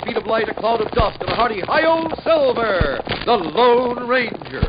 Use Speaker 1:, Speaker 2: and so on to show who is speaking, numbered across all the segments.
Speaker 1: speed of light, a cloud of dust, and a hearty hi-yo silver, the Lone Ranger.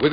Speaker 1: With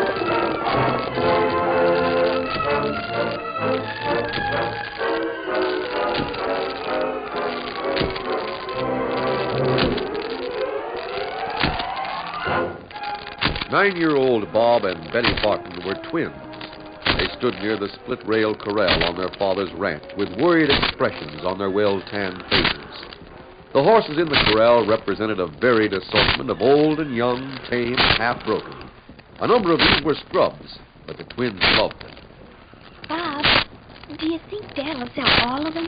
Speaker 2: Silver! Away!
Speaker 1: Nine year old Bob and Betty Barton were twins. They stood near the split rail corral on their father's ranch with worried expressions on their well tanned faces. The horses in the corral represented a varied assortment of old and young, tame, and half broken. A number of these were scrubs, but the twins loved them.
Speaker 3: Bob, do you think Dad will sell all of them?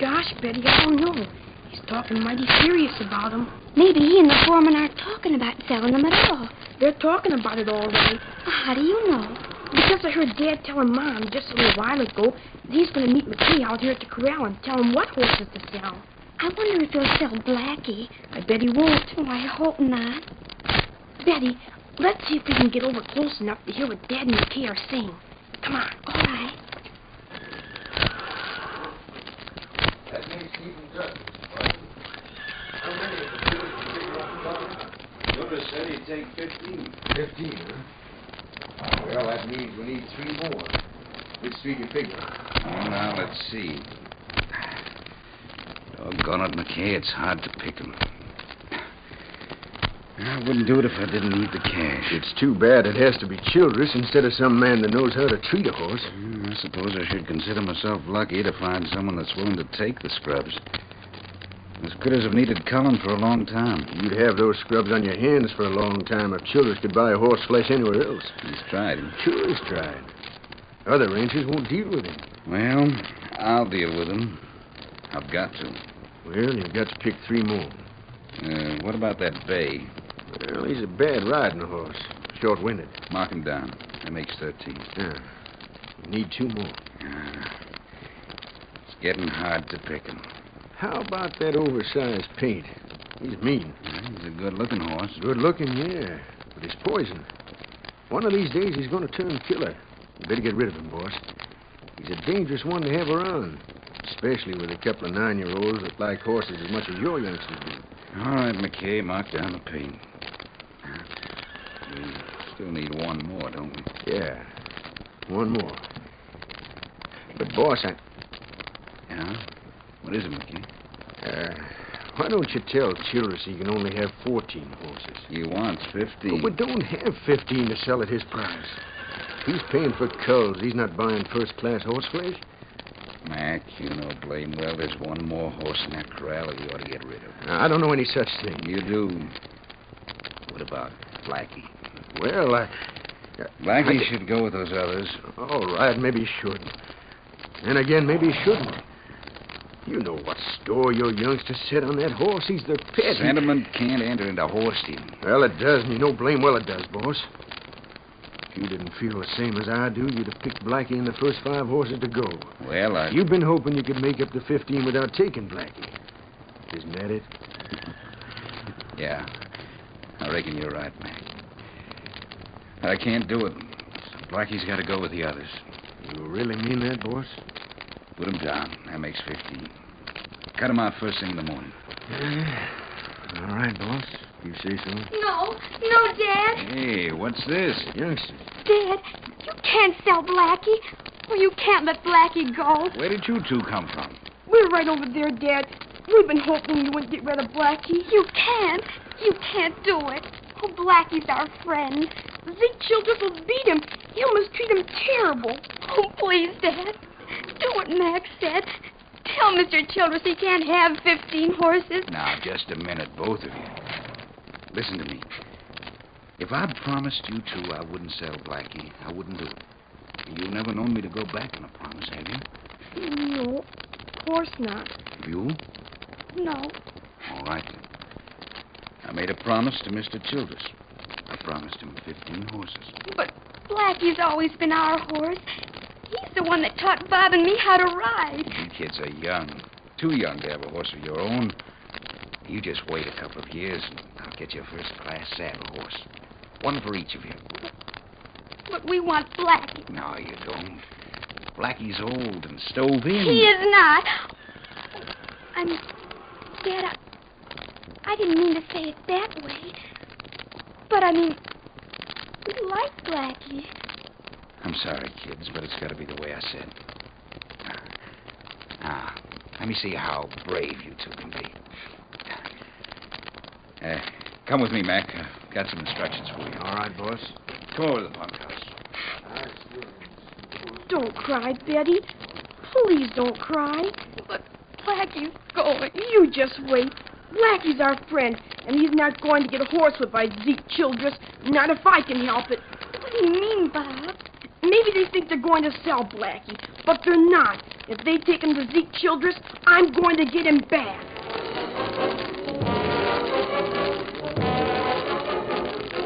Speaker 4: Gosh, Betty, I don't know. He's talking mighty serious about 'em.
Speaker 3: Maybe he and the foreman aren't talking about selling them at all.
Speaker 4: They're talking about it all right.
Speaker 3: How do you know?
Speaker 4: Because I heard Dad telling Mom just a little while ago that he's going to meet McKay out here at the corral and tell him what horses to sell.
Speaker 3: I wonder if he'll sell Blackie.
Speaker 4: I bet he won't.
Speaker 3: Oh, I hope not.
Speaker 4: Betty, let's see if we can get over close enough to hear what Dad and McKay are saying. Come on.
Speaker 3: All right.
Speaker 5: Lucas said he'd take fifteen. Fifteen, huh? Well, that means we need three more. Which three do you figure? Well, now, let's see. Doggone it, McKay, it's hard to pick 'em. I wouldn't do it if I didn't need the cash.
Speaker 6: It's too bad it has to be Childress instead of some man that knows how to treat a horse.
Speaker 5: Mm, I suppose I should consider myself lucky to find someone that's willing to take the scrubs. Those critters have needed Cullen for a long time.
Speaker 6: You'd have those scrubs on your hands for a long time if Childress could buy horse flesh anywhere else.
Speaker 5: He's tried him.
Speaker 6: Sure, he's tried. Other ranchers won't deal with him.
Speaker 5: Well, I'll deal with him. I've got to.
Speaker 6: Well, you've got to pick three more.
Speaker 5: Uh, what about that bay?
Speaker 6: Well, he's a bad riding horse. Short-winded.
Speaker 5: Mark him down. That makes 13.
Speaker 6: Yeah. We need two more.
Speaker 5: Ah. It's getting hard to pick him.
Speaker 6: How about that oversized paint? He's mean.
Speaker 5: He's a good looking horse.
Speaker 6: Good looking, yeah. But he's poison. One of these days he's going to turn killer. You better get rid of him, boss. He's a dangerous one to have around, especially with a couple of nine-year-olds that like horses as much as your youngsters do.
Speaker 5: All right, McKay, mark down the paint. We still need one more, don't we?
Speaker 6: Yeah. One more. But, boss, I.
Speaker 5: Yeah? What is it, McKay?
Speaker 6: Uh, why don't you tell Childress he can only have 14 horses?
Speaker 5: He wants 15.
Speaker 6: But we don't have 15 to sell at his price. He's paying for culls. He's not buying first class horse flesh.
Speaker 5: Mac, you know blame well there's one more horse in that corral that we ought to get rid of.
Speaker 6: I don't know any such thing.
Speaker 5: You do. What about Blackie?
Speaker 6: Well, I. I
Speaker 5: Blackie
Speaker 6: d-
Speaker 5: should go with those others.
Speaker 6: All right, maybe he should. And again, maybe he shouldn't. You know what store your youngster set on that horse. He's the pet.
Speaker 5: Sentiment can't enter into horse stealing.
Speaker 6: Well, it does, and you know blame well it does, boss. If you didn't feel the same as I do, you'd have picked Blackie in the first five horses to go.
Speaker 5: Well, I.
Speaker 6: You've been hoping you could make up the 15 without taking Blackie. Isn't that it?
Speaker 5: Yeah. I reckon you're right, Mac. I can't do it. So Blackie's got to go with the others.
Speaker 6: You really mean that, boss?
Speaker 5: Put him down. That makes 15. Cut him out first thing in the morning.
Speaker 6: All right, boss. You say so.
Speaker 3: No, no, Dad.
Speaker 5: Hey, what's this?
Speaker 6: Youngster.
Speaker 3: Dad, you can't sell Blackie. Oh, you can't let Blackie go.
Speaker 5: Where did you two come from?
Speaker 4: We're right over there, Dad. We've been hoping you wouldn't get rid of Blackie.
Speaker 3: You can't. You can't do it. Oh, Blackie's our friend.
Speaker 4: Zeke Childress will beat him. He'll mistreat him terrible.
Speaker 3: Oh, please, Dad. Do what Max said. Tell Mr. Childress he can't have 15 horses.
Speaker 5: Now, just a minute, both of you. Listen to me. If I promised you two I wouldn't sell Blackie, I wouldn't do it. You've never known me to go back on a promise, have you?
Speaker 4: No, of course not.
Speaker 5: You?
Speaker 4: No.
Speaker 5: All right. then. I made a promise to Mr. Childress. I promised him 15 horses.
Speaker 3: But Blackie's always been our horse. He's the one that taught Bob and me how to ride.
Speaker 5: You kids are young. Too young to have a horse of your own. You just wait a couple of years and I'll get you a first class saddle horse. One for each of you.
Speaker 3: But we want Blackie.
Speaker 5: No, you don't. Blackie's old and stove in.
Speaker 3: He is not. I'm. Dad, I, I didn't mean to say it that way. But I mean, we like Blackie.
Speaker 5: I'm sorry, kids, but it's got to be the way I said. Ah, let me see how brave you two can be. Uh, come with me, Mac. I've got some instructions for you.
Speaker 6: All right, boss.
Speaker 5: Come over to the bunkhouse.
Speaker 4: Don't cry, Betty. Please don't cry.
Speaker 3: But Blackie's going.
Speaker 4: You just wait. Blackie's our friend, and he's not going to get horsewhipped by Zeke Childress. Not if I can help it.
Speaker 3: What do you mean, Bob?
Speaker 4: Maybe they think they're going to sell Blackie, but they're not. If they take him to Zeke Childress, I'm going to get him back.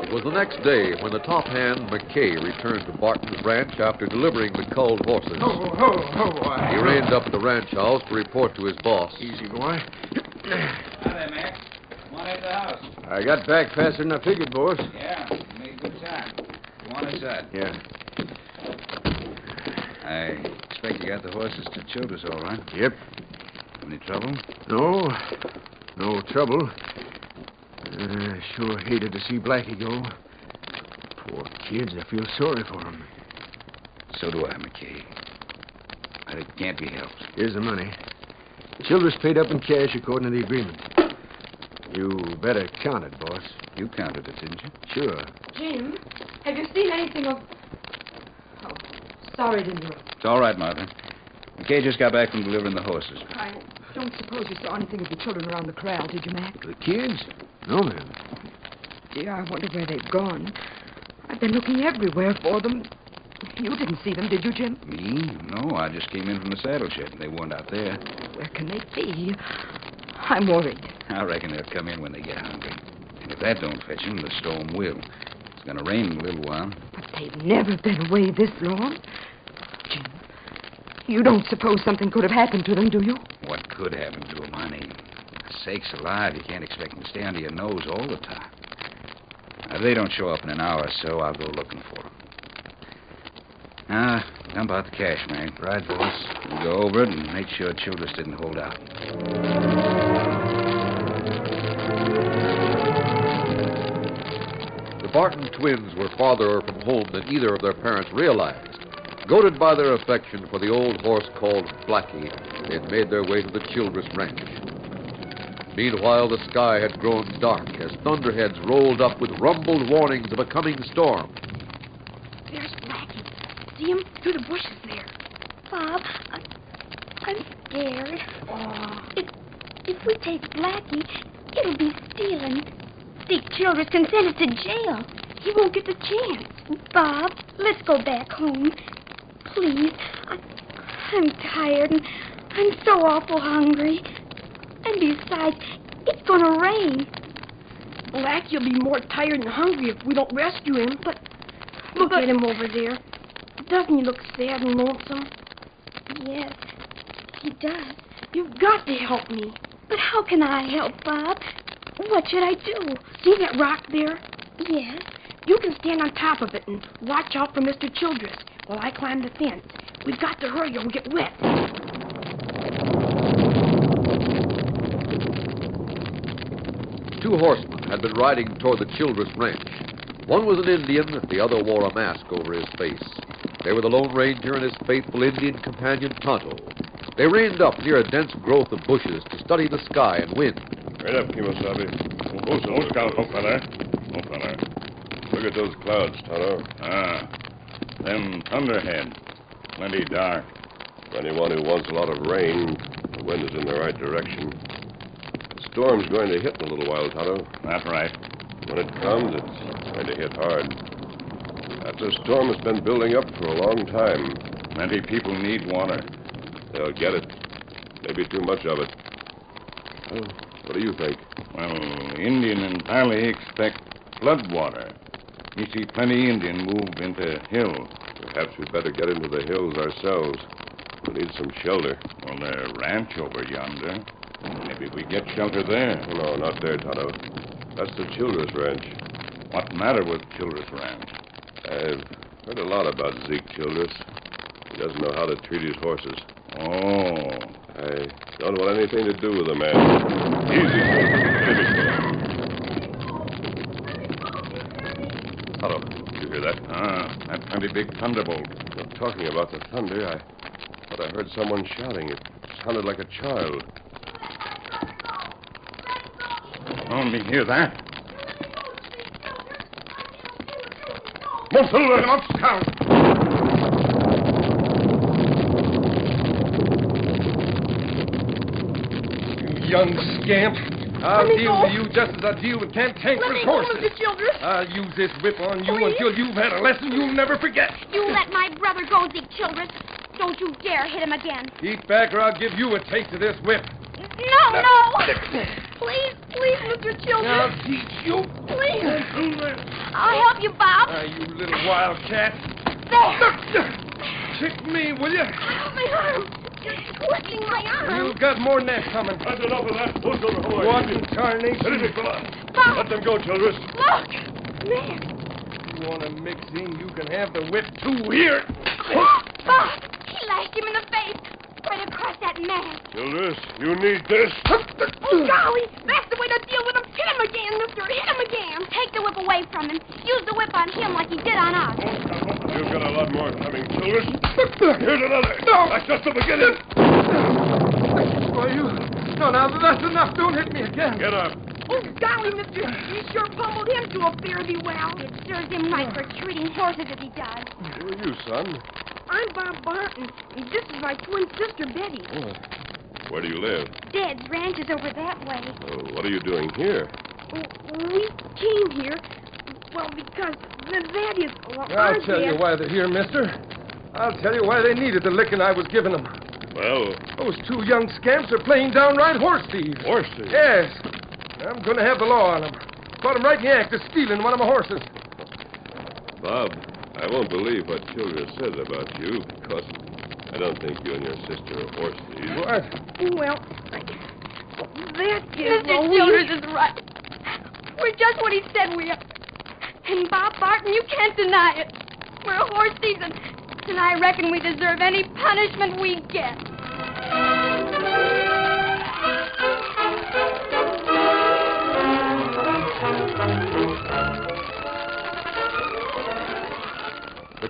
Speaker 1: It was the next day when the top hand, McKay, returned to Barton's ranch after delivering the culled horses.
Speaker 6: ho, ho,
Speaker 1: He reined up at the ranch house to report to his boss.
Speaker 6: Easy, boy.
Speaker 5: Hi there, Mac. Come on in the house.
Speaker 6: I got back faster than I figured, boss.
Speaker 5: Yeah, you made good time. Come on inside.
Speaker 6: Yeah.
Speaker 5: I expect you got the horses to Childress all right.
Speaker 6: Yep.
Speaker 5: Any trouble?
Speaker 6: No. No trouble. I sure hated to see Blackie go. Poor kids, I feel sorry for him.
Speaker 5: So do I, McKay. But it can't be helped.
Speaker 6: Here's the money. Childress paid up in cash according to the agreement. You better count it, boss.
Speaker 5: You counted it, didn't you?
Speaker 6: Sure.
Speaker 7: Jim, have you seen anything of. Oh, sorry to interrupt.
Speaker 5: It's all right, Martha. McKay just got back from delivering the horses.
Speaker 7: I don't suppose you saw anything of the children around the corral, did you, Mac?
Speaker 6: The kids? No, ma'am.
Speaker 7: Gee, I wonder where they've gone. I've been looking everywhere for them. You didn't see them, did you, Jim?
Speaker 5: Me? No, I just came in from the saddle shed. They weren't out there.
Speaker 7: Where can they be? I'm worried.
Speaker 5: I reckon they'll come in when they get hungry. And if that don't fetch 'em, the storm will. It's going to rain in a little while.
Speaker 7: But they've never been away this long. Jim, you don't suppose something could have happened to them, do you?
Speaker 5: What could happen to 'em, honey? Sakes alive, you can't expect 'em to stay under your nose all the time. Now, If they don't show up in an hour or so, I'll go looking for 'em.
Speaker 8: Now, dump out the cash, Mac. Right, boss. We'll go over it and make sure Childress didn't hold out.
Speaker 1: The Barton twins were farther from home than either of their parents realized. Goaded by their affection for the old horse called Blackie, they had made their way to the Childress ranch. Meanwhile, the sky had grown dark as thunderheads rolled up with rumbled warnings of a coming storm.
Speaker 4: There's Blackie. See him through the bushes there.
Speaker 3: Bob, I, I'm scared.
Speaker 4: Oh,
Speaker 3: If, if we take Blackie, it'll be stealing. Dick Childress can send us to jail.
Speaker 4: he won't get the chance.
Speaker 3: Bob, let's go back home. Please. I, I'm tired and I'm so awful hungry. And besides, it's gonna rain.
Speaker 4: Blackie will be more tired and hungry if we don't rescue him. But look
Speaker 3: But-
Speaker 4: at him over there. Doesn't he look sad and lonesome?
Speaker 3: Yes, he does.
Speaker 4: You've got to help me.
Speaker 3: But how can I help, Bob? What should I do?
Speaker 4: See that rock there?
Speaker 3: Yes.
Speaker 4: You can stand on top of it and watch out for Mr. Childress while I climb the fence. We've got to hurry or we'll get wet.
Speaker 1: Two horsemen had been riding toward the Childress Ranch. One was an Indian, the other wore a mask over his face. They were the Lone Ranger and his faithful Indian companion Tonto. They reined up near a dense growth of bushes to study the sky and wind.
Speaker 5: Right up, Kimasabi. Who's those clouds, old fella? Old fella. Look at those clouds, Toto. Ah. Them thunderhead. Plenty dark.
Speaker 6: For anyone who wants a lot of rain, the wind is in the right direction. The storm's going to hit in a little while, Tonto.
Speaker 5: That's right.
Speaker 6: When it comes, it's going to hit hard. That's a storm that's been building up for a long time.
Speaker 5: Plenty people need water.
Speaker 6: They'll get it. Maybe too much of it. Well, what do you think?
Speaker 5: Well, Indian entirely expect flood water. You see plenty Indian move into hill.
Speaker 6: Perhaps we'd better get into the hills ourselves. We need some shelter.
Speaker 5: Well, their ranch over yonder. Maybe we get shelter there.
Speaker 6: Oh, no, not there, Tonto. That's the Childress Ranch.
Speaker 5: What matter with Childress Ranch?
Speaker 6: I've heard a lot about Zeke Childress. He doesn't know how to treat his horses.
Speaker 5: Oh.
Speaker 6: I don't want anything to do with the man. Easy, Childress. Easy. Tonto, did you hear that?
Speaker 5: Ah, that plenty big thunderbolt.
Speaker 6: Well, talking about the thunder, I thought I heard someone shouting. It sounded like a child.
Speaker 5: Only hear that. Monsilver!
Speaker 6: You young scamp! I'll deal with you just as I deal with cantankerous horses.
Speaker 4: Childress.
Speaker 6: I'll use this whip on you until you've had a lesson you'll never forget.
Speaker 3: You let my brother go, Zeke Childress. Don't you dare hit him again.
Speaker 6: Eat back, or I'll give you a taste of this whip.
Speaker 3: No, no. Please, please, Mr.
Speaker 6: I'll
Speaker 3: Childress.
Speaker 6: teach you.
Speaker 3: Please. I'll help you, Bob.
Speaker 6: Ah, you little wildcat.
Speaker 3: There.
Speaker 6: Kick me, will you?
Speaker 3: My arm. It's twisting my arm.
Speaker 6: You've got more neck coming.
Speaker 5: That's enough of that. Those over who
Speaker 6: What in tarnation?
Speaker 3: Bob,
Speaker 5: them go, Childress.
Speaker 3: look. There.
Speaker 6: You want to mix in? You can have the whip too. Here.
Speaker 3: Bob, he lashed him in the face. Right across that mask.
Speaker 5: Childress, you need this.
Speaker 3: Oh, golly, that's the way to deal with him. Hit him again, mister. Hit him again. Take the whip away from him. Use the whip on him like he did on us.
Speaker 5: You've got a lot more coming, Childress. Here's another. No! That's just the beginning.
Speaker 6: Why, you. No, now that's enough. Don't hit me again.
Speaker 5: Get up.
Speaker 4: Oh, golly, mister. You sure pummeled him to a fare thee well.
Speaker 3: It serves him right for treating horses as he does.
Speaker 6: Who are you, son?
Speaker 4: I'm Bob Barton, and this is my twin sister, Betty.
Speaker 6: Where do you live?
Speaker 3: Dad's ranch is over that way.
Speaker 6: Oh, what are you doing here?
Speaker 4: W- We came here, well, because th- that is well, our
Speaker 9: I'll tell
Speaker 4: dad.
Speaker 9: you why they're here, mister. I'll tell you why they needed the licking I was giving them.
Speaker 6: Well,
Speaker 9: Those two young scamps are playing downright horse thieves.
Speaker 6: horses.
Speaker 9: Yes. I'm going to have the law on them. Caught 'em right in the act of stealing one of my horses.
Speaker 6: Bob, I won't believe what Childress says about you, because I don't think you and your sister are horse thieves.
Speaker 9: What?
Speaker 4: Well, that is.
Speaker 3: Mr.
Speaker 4: well, we-
Speaker 3: Childers is right. We're just what he said we are. And Bob Barton, you can't deny it. We're horse thieves and, And I reckon we deserve any punishment we get.
Speaker 1: The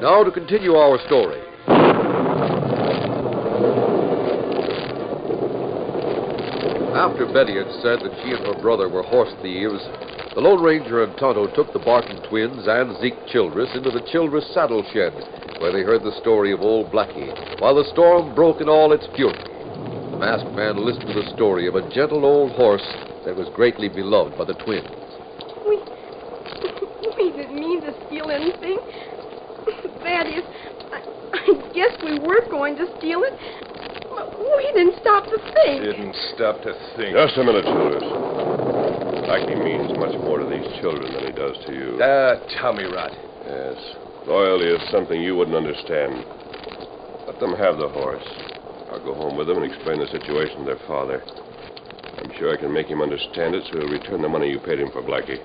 Speaker 1: Now to continue our story. After Betty had said that she and her brother were horse thieves, the Lone Ranger and Tonto took the Barton twins and Zeke Childress into the Childress saddle shed, where they heard the story of old Blackie, while the storm broke in all its fury. The masked man listened to the story of a gentle old horse that was greatly beloved by the twins.
Speaker 3: We. We didn't mean to steal anything. That is, I, I guess we were going to steal it. But we didn't stop to think.
Speaker 10: Didn't stop to think. Just a minute, Childers. Blackie means much more to these children than he does to you.
Speaker 9: Ah, Tommy Rot.
Speaker 10: Yes. Loyalty is something you wouldn't understand. Let them have the horse. I'll go home with them and explain the situation to their father. I'm sure I can make him understand it, so he'll return the money you paid him for Blackie.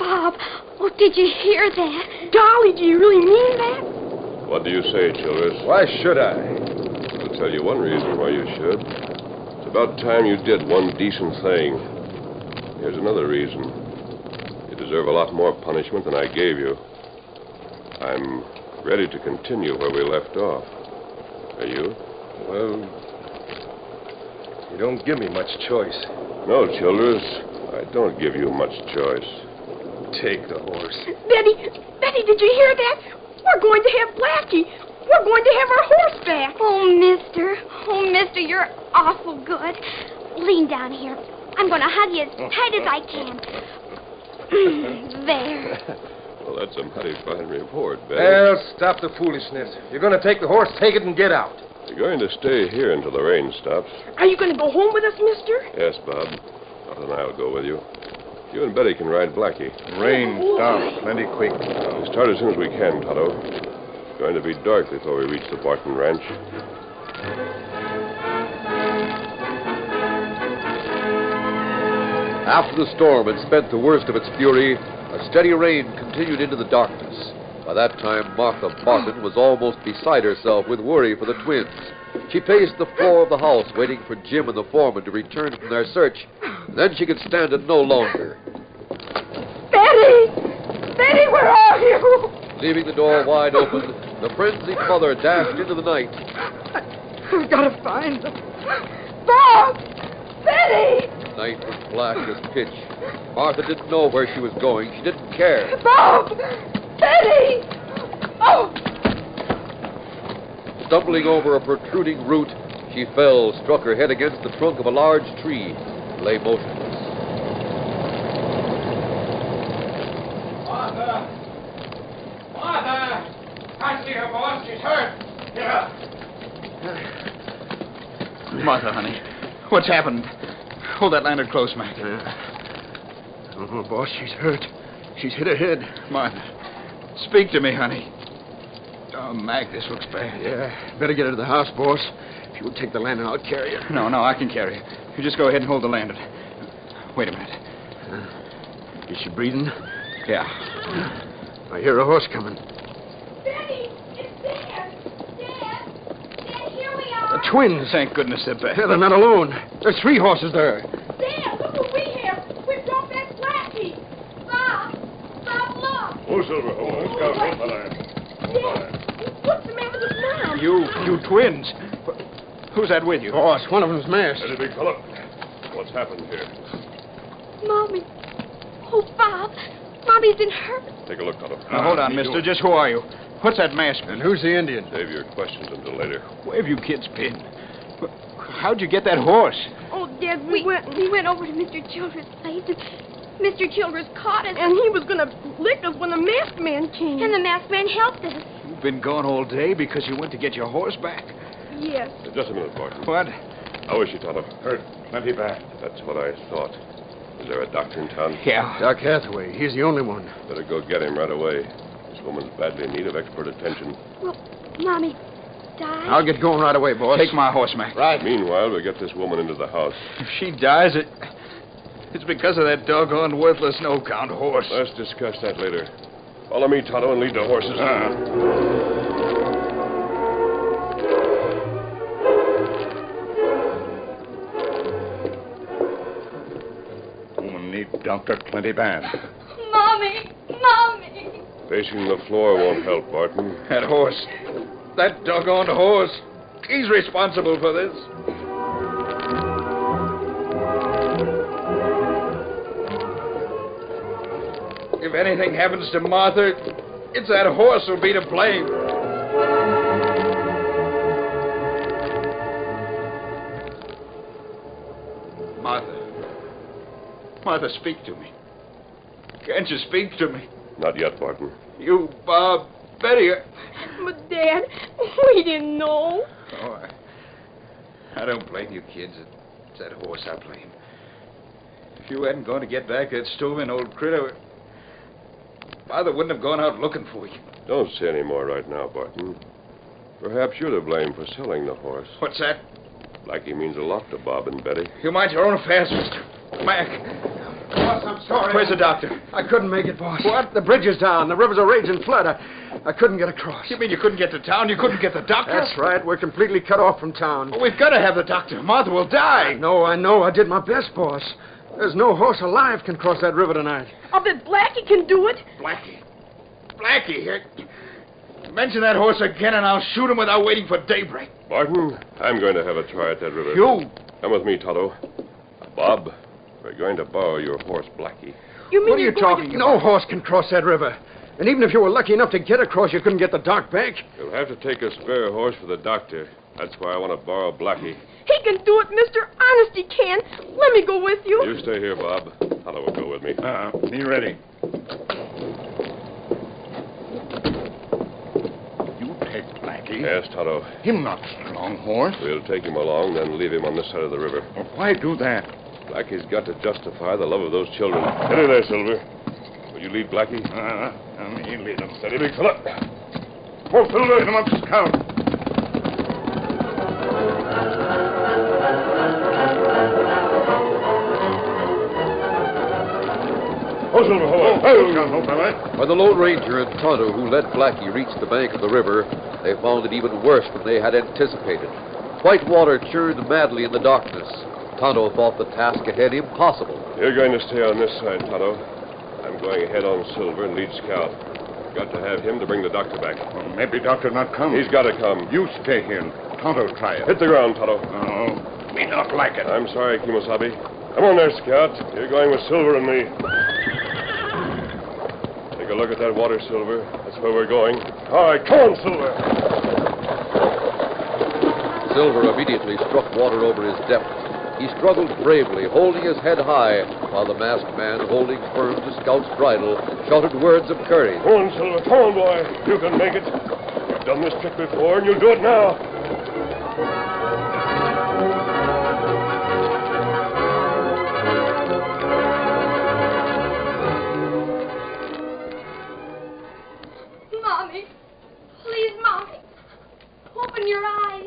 Speaker 3: Bob, oh, did you hear that?
Speaker 4: Golly, do you really mean that?
Speaker 10: What do you say, Childers?
Speaker 9: Why should I?
Speaker 10: I'll tell you one reason why you should. It's about time you did one decent thing. Here's another reason. You deserve a lot more punishment than I gave you. I'm ready to continue where we left off. Are you?
Speaker 9: Well, you don't give me much choice.
Speaker 10: No, Childers. I don't give you much choice.
Speaker 9: Take the horse.
Speaker 4: Betty, Betty, did you hear that? We're going to have Blackie. We're going to have our horse back.
Speaker 3: Oh, mister. Oh, mister, you're awful good. Lean down here. I'm going to hug you as tight as I can. there.
Speaker 10: Well, that's a mighty fine reward, Betty.
Speaker 9: Well, stop the foolishness. If you're going to take the horse, take it and get out.
Speaker 10: You're going to stay here until the rain stops.
Speaker 4: Are you going to go home with us, mister?
Speaker 10: Yes, Bob. Not and I'll go with you. You and Betty can ride Blackie.
Speaker 2: Rain stopped plenty quick.
Speaker 10: We'll start as soon as we can, Toto. It's going to be dark before we reach the Barton Ranch.
Speaker 1: After the storm had spent the worst of its fury, a steady rain continued into the darkness. By that time, Martha Barton was almost beside herself with worry for the twins. She paced the floor of the house, waiting for Jim and the foreman to return from their search. Then she could stand it no longer.
Speaker 4: Betty! Betty, where are you?
Speaker 1: Leaving the door wide open, the frenzied mother dashed into the night.
Speaker 4: We've got to find them. Bob! Betty!
Speaker 1: Night was black as pitch. Martha didn't know where she was going. She didn't care.
Speaker 4: Bob! Betty! Oh,
Speaker 1: Stumbling over a protruding root, she fell, struck her head against the trunk of a large tree, and lay motionless.
Speaker 11: Martha! Martha! I see her, boss. She's hurt. Yeah.
Speaker 5: Martha, honey, what's happened? Hold that lantern close, Mac.
Speaker 6: Oh, boss, she's hurt. She's hit her head.
Speaker 5: Martha, speak to me, honey. Oh, Mac, this looks bad.
Speaker 6: Yeah, better get her to the house, boss. If you'll take the lantern, I'll carry her.
Speaker 5: No, no, I can carry it. You just go ahead and hold the lantern. Wait a minute.
Speaker 6: Is she breathing?
Speaker 5: Yeah.
Speaker 6: I hear a horse coming.
Speaker 3: Betty, it's Dad! Dad! Dad, here we
Speaker 6: The
Speaker 3: are!
Speaker 6: twins.
Speaker 5: Thank goodness they're back.
Speaker 6: Yeah, they're not alone. There's three horses there.
Speaker 3: Dad, look away!
Speaker 2: Oh,
Speaker 12: You twins. Wh- Who's that with you? Boss, one of them's masked.
Speaker 2: Hey, big fellow. What's happened here?
Speaker 3: Mommy. Oh, Bob. Mommy's been hurt.
Speaker 2: Take a look, Tonto.
Speaker 12: Now, hold on, mister. Just who are you? What's that mask?
Speaker 2: And who's the Indian? Save your questions until later.
Speaker 12: Where have you kids been? Wh- How'd you get that horse?
Speaker 3: Oh, Dad, we, went we went over to Mr. Childress' place, and Mr. Childress caught us. And he was going to lick us when the masked man came. And the masked man helped us.
Speaker 12: You've been gone all day because you went to get your horse back.
Speaker 3: Yes.
Speaker 2: Just a minute, Barton.
Speaker 12: What?
Speaker 2: How is she, Tonto? Hurt. Plenty bad. That's what I thought. Is there a doctor in town?
Speaker 12: Yeah.
Speaker 6: Doc Hathaway. He's the only one.
Speaker 2: Better go get him right away. This woman's badly in need of expert attention.
Speaker 3: Well, Mommy died.
Speaker 6: I'll get going right away, boss.
Speaker 12: Take my horse, Mac.
Speaker 2: Right. Meanwhile, we get this woman into the house.
Speaker 12: If she dies, it, it's because of that doggone worthless no-count horse.
Speaker 2: Let's discuss that later. Follow me, Tonto, and lead the horses. Woman need Dr. Plenty Band.
Speaker 11: Mommy! Mommy!
Speaker 2: Facing the floor won't help, Barton.
Speaker 12: That horse. That doggone horse. He's responsible for this. If anything happens to Martha, it's that horse who'll be to blame. Martha. Martha, speak to me. Can't you speak to me?
Speaker 2: Not yet, Barton.
Speaker 12: You, Bob, Betty. uh,
Speaker 3: But, Dad, we didn't know.
Speaker 12: Oh, I, I don't blame you kids. It's that horse I blame. If you hadn't gone to get back that Steuben old critter, Father wouldn't have gone out looking for you.
Speaker 2: Don't say any more right now, Barton. Perhaps you're to blame for selling the horse.
Speaker 12: What's that?
Speaker 2: Blackie means a lot to Bob and Betty.
Speaker 12: You mind your own affairs, mister. Mac.
Speaker 6: Boss, I'm sorry.
Speaker 12: Where's the doctor?
Speaker 6: I couldn't make it, boss. What? The bridge is down. The river's a raging flood. I, I couldn't get across.
Speaker 12: You mean you couldn't get to town? You couldn't get the doctor?
Speaker 6: That's right. We're completely cut off from town.
Speaker 12: We've got to have the doctor. Martha will die.
Speaker 6: No, I know. I did my best, boss. There's no horse alive can cross that river tonight.
Speaker 3: I'll bet Blackie can do it.
Speaker 12: Blackie. Blackie. here. Mention that horse again, and I'll shoot him without waiting for daybreak.
Speaker 2: Barton, I'm going to have a try at that river.
Speaker 12: You.
Speaker 2: Come with me, Toto. Bob, we're going to borrow your horse, Blackie.
Speaker 3: You mean
Speaker 6: what are you
Speaker 3: you're going
Speaker 6: talking
Speaker 3: to-
Speaker 6: No horse can cross that river. And even if you were lucky enough to get across, you couldn't get the dock back.
Speaker 2: You'll have to take a spare horse for the doctor. That's why I want to borrow Blackie.
Speaker 3: He can do it, Mister. Honest, he can. Let me go with you.
Speaker 2: You stay here, Bob. Toto will go with me.
Speaker 12: Uh, be ready.
Speaker 2: You take Blackie? Yes, Toto.
Speaker 12: Him not strong horse.
Speaker 2: We'll take him along, then leave him on this side of the river.
Speaker 12: Why do that?
Speaker 2: Blackie's got to justify the love of those children. Steady there, Silver. Will you lead Blackie?
Speaker 12: Uh,
Speaker 2: um,
Speaker 12: uh, me lead him.
Speaker 2: Steady, big fella. Whoa, Silver, hit him up, scout.
Speaker 9: Oh, Silver, hold on.
Speaker 1: When the Lone Ranger and Tonto, who led Blackie, reached the bank of the river, they found it even worse than they had anticipated. White water churned madly in the darkness. Tonto thought the task ahead impossible.
Speaker 2: You're going to stay on this side, Tonto. I'm going ahead on Silver and lead Scout. Got to have him to bring the doctor back. maybe doctor not come. He's got to come. You stay here. Tonto try it. Hit the ground, Tonto. No, Oh, me not like it. I'm sorry, Kimosabe. Come on there, Scout. You're going with Silver and me. Take a look at that water, Silver. That's where we're going. All right, come on, Silver.
Speaker 1: Silver immediately struck water over his depth. He struggled bravely, holding his head high, while the masked man, holding firm to Scout's bridle, shouted words of courage.
Speaker 2: Come on, Silver. Come on, boy. You can make it. You've done this trick before, and you'll do it now.
Speaker 3: Mommy, please, Mommy, open your eyes.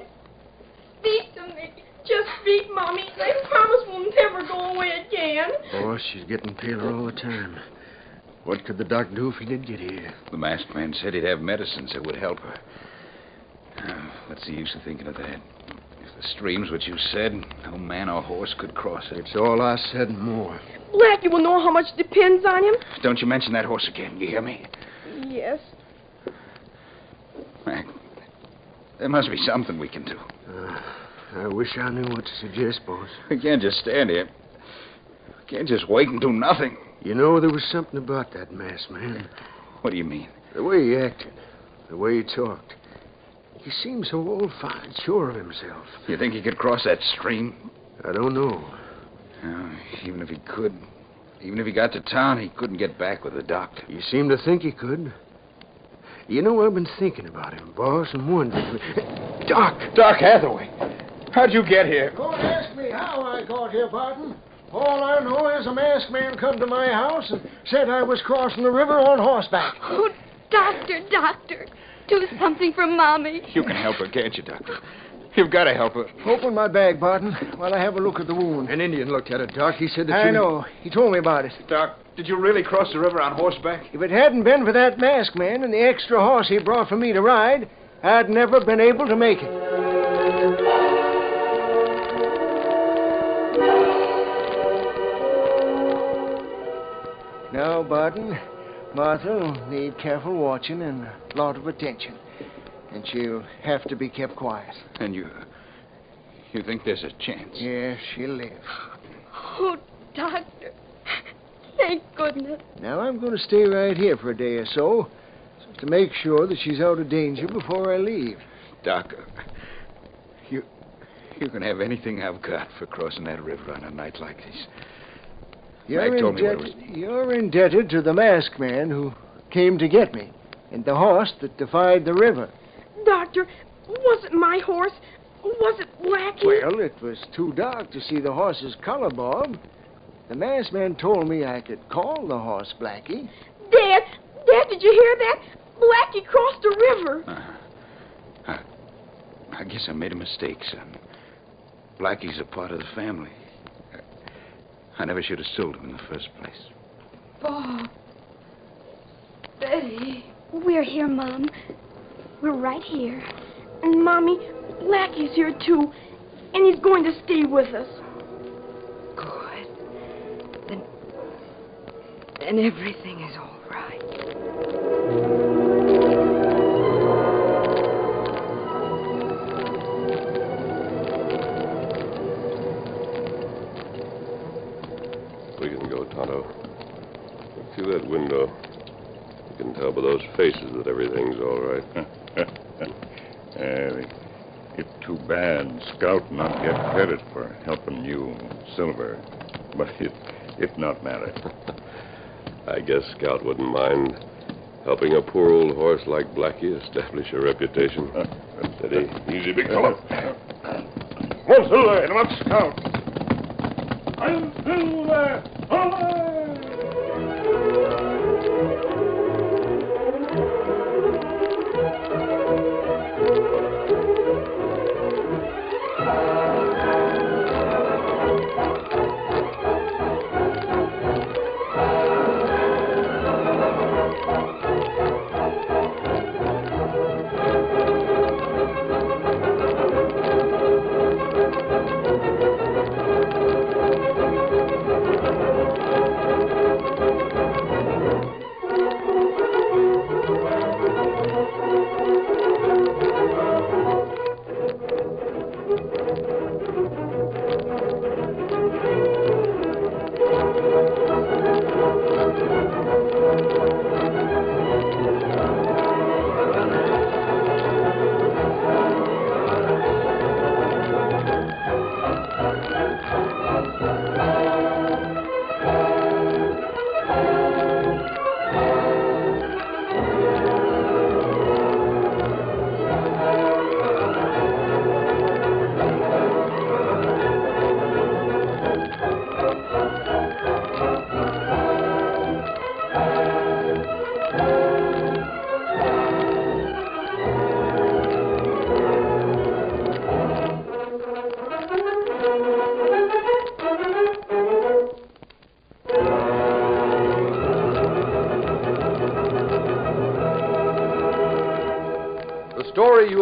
Speaker 3: Speak to me. Just speak, Mommy. I promise we'll never go away again.
Speaker 6: Boss, she's getting paler all the time. What could the doc do if he did get here?
Speaker 5: The masked man said he'd have medicines that would help her. Ah, what's the use of thinking of that? If the stream's what you said, no man or horse could cross it.
Speaker 6: It's all I said and more.
Speaker 3: Blackie will know how much depends on him.
Speaker 5: Don't you mention that horse again. You hear me?
Speaker 3: Yes.
Speaker 5: Mac, There must be something we can do.
Speaker 13: Ah, I wish I knew what to suggest, boss.
Speaker 5: We can't just stand here. We can't just wait and do nothing.
Speaker 13: You know, there was something about that masked man.
Speaker 5: What do you mean?
Speaker 13: The way he acted, the way he talked. He seemed so old fine, sure of himself.
Speaker 5: You think he could cross that stream?
Speaker 13: I don't know.
Speaker 5: even if he could, even if he got to town, he couldn't get back with the doctor.
Speaker 13: You seem to think he could. You know, I've been thinking about him, boss, and wondering. Doc!
Speaker 14: Doc Hathaway! How'd you get here?
Speaker 6: Don't ask me how I got here, Barton. All I know is a masked man come to my house and said I was crossing the river on horseback.
Speaker 15: Oh, doctor, doctor, do something for Mommy.
Speaker 16: You can help her, can't you, Doctor? You've got to help her.
Speaker 6: Open my bag, Barton, while I have a look at the wound.
Speaker 13: An Indian looked at it, Doc. He said that
Speaker 6: I
Speaker 13: you...
Speaker 6: know. He told me about it.
Speaker 16: Doc, did you really cross the river on horseback?
Speaker 6: If it hadn't been for that masked man and the extra horse he brought for me to ride, I'd never been able to make it. Now, Barton, Martha will need careful watching and a lot of attention. And she'll have to be kept quiet.
Speaker 5: And you. You think there's a chance?
Speaker 6: Yes, she'll live.
Speaker 15: Oh, doctor, thank goodness.
Speaker 6: Now, I'm going to stay right here for a day or so to make sure that she's out of danger before I leave.
Speaker 5: Doc, you. You can have anything I've got for crossing that river on a night like this. Mac told me what it was.
Speaker 6: indebted, you're indebted to the masked man who came to get me and the horse that defied the river.
Speaker 3: Doctor, was it my horse? Was it Blackie?
Speaker 6: Well, it was too dark to see the horse's color, Bob. The masked man told me I could call the horse Blackie.
Speaker 3: Dad, Dad, did you hear that? Blackie crossed the river.
Speaker 5: I guess I made a mistake, son. Blackie's a part of the family. I never should have sold him in the first place.
Speaker 3: Bob.
Speaker 15: Betty.
Speaker 3: We're here, Mom. We're right here. And, Mommy, Blackie's here, too. And he's going to stay with us.
Speaker 4: Good. Then. Then everything is all right.
Speaker 2: We can go, Tonto. Look through that window. You can tell by those faces that everything's all right.
Speaker 17: Uh, it's too bad Scout not get credit for helping you, Silver. But it it not matter.
Speaker 2: I guess Scout wouldn't mind helping a poor old horse like Blackie establish a reputation. Steady. Easy, big
Speaker 18: fellow.
Speaker 2: One Silver, and up
Speaker 18: Scout.
Speaker 19: I'm Silver!
Speaker 1: The story you